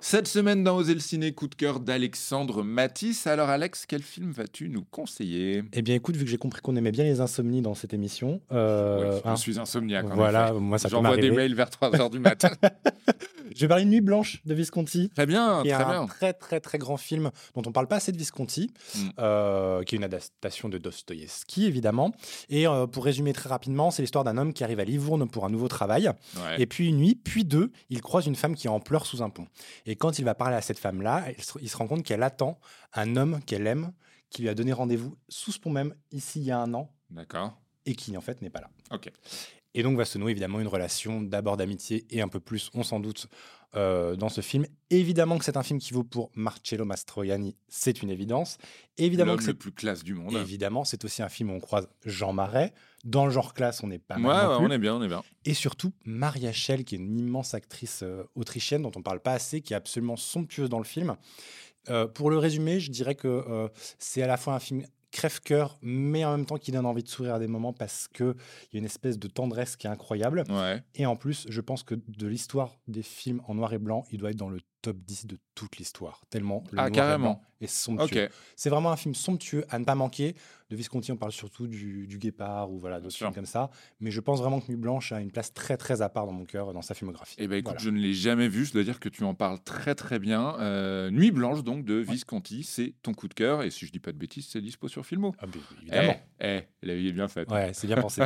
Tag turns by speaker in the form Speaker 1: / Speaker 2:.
Speaker 1: Cette semaine dans Oser le ciné, coup de cœur d'Alexandre Matisse. Alors Alex, quel film vas-tu nous conseiller
Speaker 2: Eh bien, écoute, vu que j'ai compris qu'on aimait bien les insomnies dans cette émission, euh,
Speaker 1: Ouais, Je
Speaker 2: hein,
Speaker 1: suis insomniaque. en
Speaker 2: voilà,
Speaker 1: effet.
Speaker 2: moi ça peut
Speaker 1: J'envoie des
Speaker 2: m'arriver.
Speaker 1: mails vers 3h du matin.
Speaker 2: Je vais parler de Nuit blanche de Visconti.
Speaker 1: très bien,
Speaker 2: qui est
Speaker 1: Ah, très
Speaker 2: un
Speaker 1: bien.
Speaker 2: très très très grand film dont on parle pas assez de Visconti,
Speaker 1: Mm.
Speaker 2: euh, qui est une adaptation de Dostoïevski évidemment. Et euh, pour résumer très rapidement, c'est l'histoire d'un homme qui arrive à Livourne pour un nouveau travail.
Speaker 1: Ouais.
Speaker 2: Et puis une nuit, puis deux, il croise une femme qui est en pleurs sous un pont. Et quand il va parler à cette femme-là, il se- il se rend compte qu'elle attend un homme qu'elle aime, qui lui a donné rendez-vous sous ce pont même, ici il y a un an,
Speaker 1: D'accord.
Speaker 2: et qui en fait n'est pas là.
Speaker 1: Ok.
Speaker 2: Et donc va se nouer évidemment une relation d'abord d'amitié et un peu plus, on s'en doute, euh, dans ce film. Évidemment que c'est un film qui vaut pour Marcello Mastroianni, c'est une évidence. Évidemment
Speaker 1: L'homme
Speaker 2: que
Speaker 1: le
Speaker 2: c'est
Speaker 1: plus classe du monde.
Speaker 2: évidemment c'est aussi un film où on croise Jean Marais. Dans le genre classe, on n'est pas
Speaker 1: Ouais,
Speaker 2: mal non
Speaker 1: ouais,
Speaker 2: plus.
Speaker 1: on est bien, on est bien.
Speaker 2: Et surtout Maria Schell, qui est une immense actrice euh, autrichienne dont on parle pas assez, qui est absolument somptueuse dans le film. Euh, pour le résumer, je dirais que euh, c'est à la fois un film crève-cœur, mais en même temps qui donne envie de sourire à des moments parce qu'il y a une espèce de tendresse qui est incroyable.
Speaker 1: Ouais. Ah,
Speaker 2: Et en plus, je pense que de l'histoire des films en noir et blanc, il doit être dans le top 10 de toute l'histoire. Tellement le
Speaker 1: Ah,
Speaker 2: noir
Speaker 1: carrément.
Speaker 2: et blanc est somptueux.
Speaker 1: Ok.
Speaker 2: C'est vraiment un film somptueux à ne pas manquer. De Visconti, on parle surtout du, du Guépard ou voilà, d'autres
Speaker 1: sûr.
Speaker 2: films comme ça. Mais je pense vraiment que Nuit Blanche a une place très très à part dans mon cœur, dans sa filmographie.
Speaker 1: Eh ben écoute,
Speaker 2: Voilà.
Speaker 1: je ne l'ai jamais vu. Je dois dire que tu en parles très très bien. Euh, Nuit blanche donc de Visconti, c'est ton coup de cœur. Et si je dis pas de bêtises, c'est dispo sur Filmo.
Speaker 2: Ah, ben, évidemment.
Speaker 1: Eh, eh, la vie est bien faite.
Speaker 2: Ouais, c'est bien pensé.